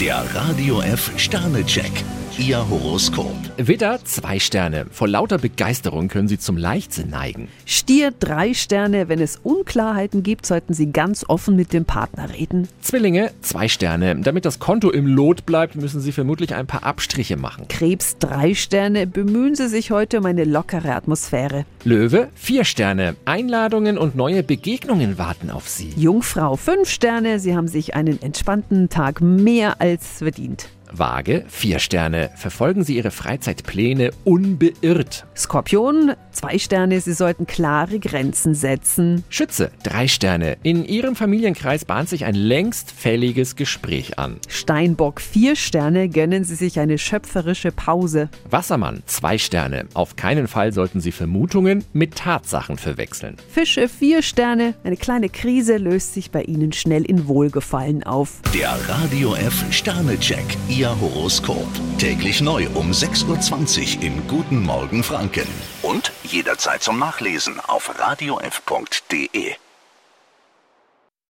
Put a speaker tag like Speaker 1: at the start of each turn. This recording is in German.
Speaker 1: Der Radio F Sternecheck, Ihr Horoskop.
Speaker 2: Widder, zwei Sterne. Vor lauter Begeisterung können Sie zum Leichtsinn neigen.
Speaker 3: Stier drei Sterne. Wenn es Unklarheiten gibt, sollten Sie ganz offen mit dem Partner reden.
Speaker 2: Zwillinge, zwei Sterne. Damit das Konto im Lot bleibt, müssen Sie vermutlich ein paar Abstriche machen.
Speaker 3: Krebs drei Sterne. Bemühen Sie sich heute um eine lockere Atmosphäre.
Speaker 2: Löwe, vier Sterne. Einladungen und neue Begegnungen warten auf Sie.
Speaker 3: Jungfrau fünf Sterne. Sie haben sich einen entspannten Tag mehr als verdient.
Speaker 2: Waage, vier Sterne. Verfolgen Sie Ihre Freizeitpläne unbeirrt.
Speaker 3: Skorpion zwei Sterne. Sie sollten klare Grenzen setzen.
Speaker 2: Schütze, drei Sterne. In Ihrem Familienkreis bahnt sich ein längst fälliges Gespräch an.
Speaker 3: Steinbock vier Sterne. Gönnen Sie sich eine schöpferische Pause.
Speaker 2: Wassermann, zwei Sterne. Auf keinen Fall sollten Sie Vermutungen mit Tatsachen verwechseln.
Speaker 3: Fische vier Sterne. Eine kleine Krise löst sich bei Ihnen schnell in Wohlgefallen auf.
Speaker 1: Der Radio F Sternecheck, Ihr Horoskop. Täglich neu um 6.20 Uhr im Guten Morgen Franken. Und jederzeit zum Nachlesen auf radiof.de.